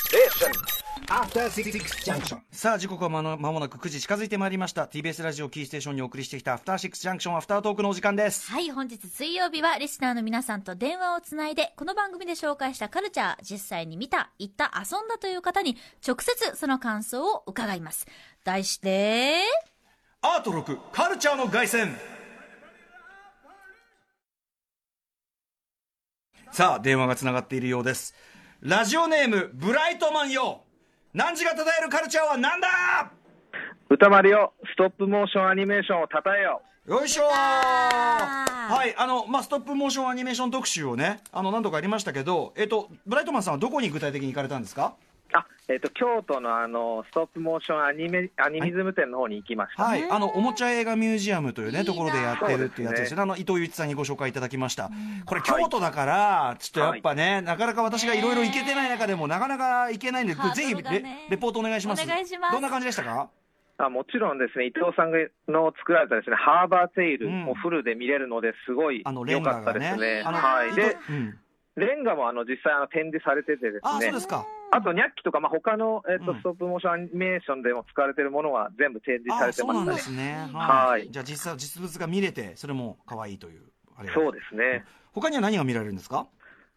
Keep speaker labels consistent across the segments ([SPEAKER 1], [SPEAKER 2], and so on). [SPEAKER 1] Station. After Six Junction.
[SPEAKER 2] さあ時刻はまの間もなく9時近づいてまいりました TBS ラジオキーステーションにお送りしてきたアフターシックスジャンクションアフタートークのお時間です
[SPEAKER 3] はい、本日水曜日はリスナーの皆さんと電話をつないで、この番組で紹介したカルチャー、実際に見た、行った、遊んだという方に、直接その感想を伺います。題して、
[SPEAKER 2] アート6カルチャーの凱旋さあ電話がつながっているようですラジオネームブライトマンよ何時が唱えるカルチャーは何だ
[SPEAKER 4] 歌丸よ、ストップモーションアニメーションをたたえよ。
[SPEAKER 2] よいしょーはいあの、まあ、ストップモーションアニメーション特集をねあの何度かありましたけど、えっと、ブライトマンさんはどこに具体的に行かれたんですか
[SPEAKER 4] あ、えっ、と、京都のあの、ストップモーションアニメ、アニミズム店の方に行きました。
[SPEAKER 2] はい、あのおもちゃ映画ミュージアムというね
[SPEAKER 3] いいな
[SPEAKER 2] ところでやってるっていうやつです
[SPEAKER 4] そうです
[SPEAKER 2] ね。あの伊藤祐一さんにご紹介いただきました。これ京都だから、ちょっとやっぱね、なかなか私がいろいろ行けてない中でもなかなか行けないんで、これぜひ
[SPEAKER 3] ハードル
[SPEAKER 2] レ
[SPEAKER 3] がね
[SPEAKER 2] レポートお願いします。
[SPEAKER 3] お願いします
[SPEAKER 2] どんな感じでしたか？
[SPEAKER 4] あもちろんですね、伊藤さんの作られたですね、ハーバーセイル
[SPEAKER 2] うん
[SPEAKER 4] もフルで見れるので、すごい
[SPEAKER 2] あのレ
[SPEAKER 4] 良
[SPEAKER 2] ン
[SPEAKER 4] か
[SPEAKER 2] ガ
[SPEAKER 4] っ
[SPEAKER 2] が
[SPEAKER 4] たで
[SPEAKER 2] ね
[SPEAKER 4] すね。
[SPEAKER 3] あの
[SPEAKER 4] はい。
[SPEAKER 3] 伊藤
[SPEAKER 4] で、
[SPEAKER 2] うん。
[SPEAKER 4] レンガもあの、実際あの展示されててで
[SPEAKER 2] あ、
[SPEAKER 4] すね
[SPEAKER 2] そうで。すか。
[SPEAKER 4] あと、ニャッキとか、まあ、他の、えっ、と、
[SPEAKER 2] うん
[SPEAKER 4] ストップモーションアニメーションでも使われてるものは全部展示さ
[SPEAKER 2] あ、
[SPEAKER 4] れて
[SPEAKER 2] そう
[SPEAKER 4] ま
[SPEAKER 2] な
[SPEAKER 4] し
[SPEAKER 2] ん
[SPEAKER 4] た
[SPEAKER 2] で
[SPEAKER 4] ね。
[SPEAKER 2] すね。
[SPEAKER 4] はい
[SPEAKER 2] じゃあ実際実物が見れて、それも可愛いというあれが。
[SPEAKER 4] そうですね。
[SPEAKER 2] 他には何が見られるんですか？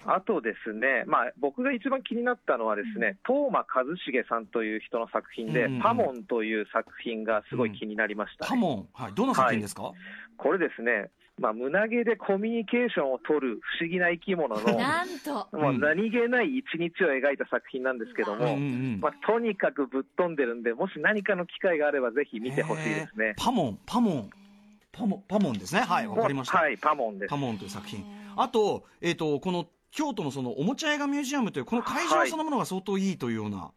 [SPEAKER 4] あとですね、まあ、僕が一番気になったのはですね、東間一茂さんという人の作品
[SPEAKER 2] うん
[SPEAKER 4] で、
[SPEAKER 2] うんうん
[SPEAKER 4] パモンという作品がすごい気になりました、ね
[SPEAKER 2] カモン、はい、どんな作品ですか？
[SPEAKER 4] これですね、まあ、胸毛でコミュニケーションを取る不思議な生き物の、
[SPEAKER 3] なんと、
[SPEAKER 4] も
[SPEAKER 2] う
[SPEAKER 4] うん何気ない一日を描いた作品なんですけど
[SPEAKER 2] うんう
[SPEAKER 4] も、
[SPEAKER 2] ん
[SPEAKER 4] まあ、とにかくぶっ飛んでるんで、もし何かの機会があれば、ぜひ見てほしいです
[SPEAKER 2] へ
[SPEAKER 4] ね
[SPEAKER 2] ー。パモン、パモン、パモン、パモンですね。はい、わかりました。
[SPEAKER 4] はい、パモンです
[SPEAKER 2] パ。モンという作品。あと、えっ、と、この京都のそのおもちゃ映画ミュージアムという、この会場
[SPEAKER 4] はい
[SPEAKER 2] そのものが相当いいというような。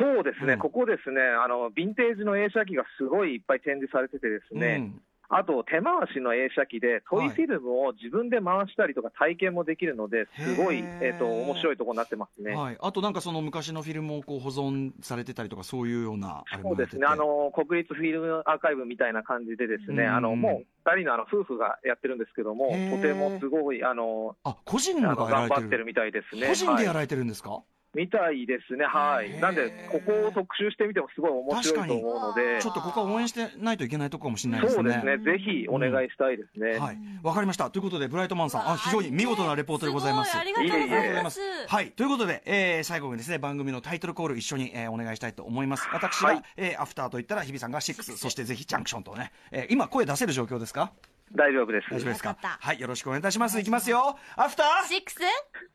[SPEAKER 4] そうですね、
[SPEAKER 2] うん
[SPEAKER 4] ここですね、あの、ヴィンテージの映写機がすごいいっぱい展示されててですね、
[SPEAKER 2] うん
[SPEAKER 4] あと手回しの映写機で、トイフィルムを自分で回したりとか体験もできるので、すご
[SPEAKER 2] へ
[SPEAKER 4] い、
[SPEAKER 2] ー
[SPEAKER 4] えっと面白いところになってますね。
[SPEAKER 2] はい。あとなんかその昔のフィルムをこう保存されてたりとか、そういうような、あれも
[SPEAKER 4] そう
[SPEAKER 2] やっ
[SPEAKER 4] で
[SPEAKER 2] て
[SPEAKER 4] す
[SPEAKER 2] て
[SPEAKER 4] ね、あ、の国立フィルムアーカイブみたいな感じで、です
[SPEAKER 2] うんうん
[SPEAKER 4] ねあのもう2人のあの夫婦がやってるんですけども、
[SPEAKER 2] へー
[SPEAKER 4] とてもすごいあの
[SPEAKER 2] あ、個人
[SPEAKER 4] あ
[SPEAKER 2] の
[SPEAKER 4] の
[SPEAKER 2] がやられ
[SPEAKER 4] 頑
[SPEAKER 2] て
[SPEAKER 4] 張っ
[SPEAKER 2] る。
[SPEAKER 4] てるみたいですね。
[SPEAKER 2] 個人でや
[SPEAKER 4] はい
[SPEAKER 2] られてるんですか、
[SPEAKER 4] みたいですね、は
[SPEAKER 2] へ
[SPEAKER 4] い。
[SPEAKER 2] ー
[SPEAKER 4] なんで、ここを特集してみてもすごい面白いと思うので
[SPEAKER 2] ちょ、っとここは応援してないといけないとこかもしれないですね。
[SPEAKER 4] そうですね、ぜひお願いしたいですね。
[SPEAKER 2] はい。わかりました。ということで、ブライトマンさん、あ、非常に見事なレポートでございます。
[SPEAKER 3] すごいありがとうございます。
[SPEAKER 2] はい。ということで、えー最後にですね、番組のタイトルコール一緒に、えーお願いしたいと思います。私が、
[SPEAKER 4] はい
[SPEAKER 2] えーアフターと言ったら、日比さんが6、そしてぜひジャンクションとね、えー今声出せる状況ですか
[SPEAKER 4] 大丈夫です。
[SPEAKER 2] 大
[SPEAKER 4] ジ
[SPEAKER 2] 丈夫です
[SPEAKER 3] よ
[SPEAKER 2] か
[SPEAKER 3] かった
[SPEAKER 2] はい。よろしくお願いいたします。いきますよ。アフター
[SPEAKER 3] シックスシ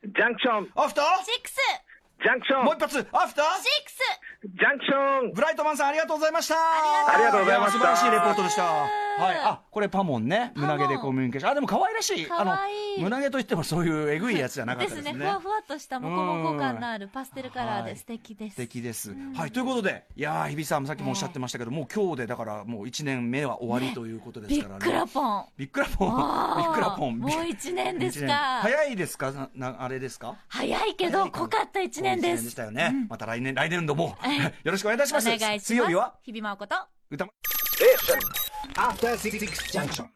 [SPEAKER 4] ャンクション、
[SPEAKER 2] アフター
[SPEAKER 3] ックス
[SPEAKER 4] ジャンクション
[SPEAKER 2] もう、一発アフター
[SPEAKER 3] シックス
[SPEAKER 4] ジャンクション
[SPEAKER 2] ブライトマンさんありがとうございました
[SPEAKER 3] あ
[SPEAKER 4] りがとうございました
[SPEAKER 2] や素晴らしいレポートでしたはいあこれパモンね胸毛でコミュニケーションあでも可愛らしい
[SPEAKER 3] 可愛い
[SPEAKER 2] あの胸毛といってもそういうえぐいやつじゃなかっ
[SPEAKER 3] で
[SPEAKER 2] たですすね
[SPEAKER 3] ね、ふわふわとしたモコモコ感のあるパステルカラー
[SPEAKER 2] は
[SPEAKER 3] で
[SPEAKER 2] い
[SPEAKER 3] 素敵です。
[SPEAKER 2] 素敵です、はいということでいやー日比さんさっきもおっしゃってましたけど、もう今日でだからもう1年目は終わりということです
[SPEAKER 3] ビ
[SPEAKER 2] か
[SPEAKER 3] ッ
[SPEAKER 2] らね
[SPEAKER 3] クラ ポン。
[SPEAKER 2] びっくらぽん
[SPEAKER 3] あー
[SPEAKER 2] びっくらぽん
[SPEAKER 3] もう1年です
[SPEAKER 2] 一年
[SPEAKER 3] か。
[SPEAKER 2] 早いですかななあれですか
[SPEAKER 3] 早いけど、濃かった1年で
[SPEAKER 2] 一
[SPEAKER 3] す
[SPEAKER 2] し。たよね、また来年来年度もよろしくお願いいたし
[SPEAKER 3] お
[SPEAKER 2] ます
[SPEAKER 3] 願いします。
[SPEAKER 2] 水曜日は
[SPEAKER 3] 日々真央子と。
[SPEAKER 2] 歌
[SPEAKER 1] Station. After Six Junction.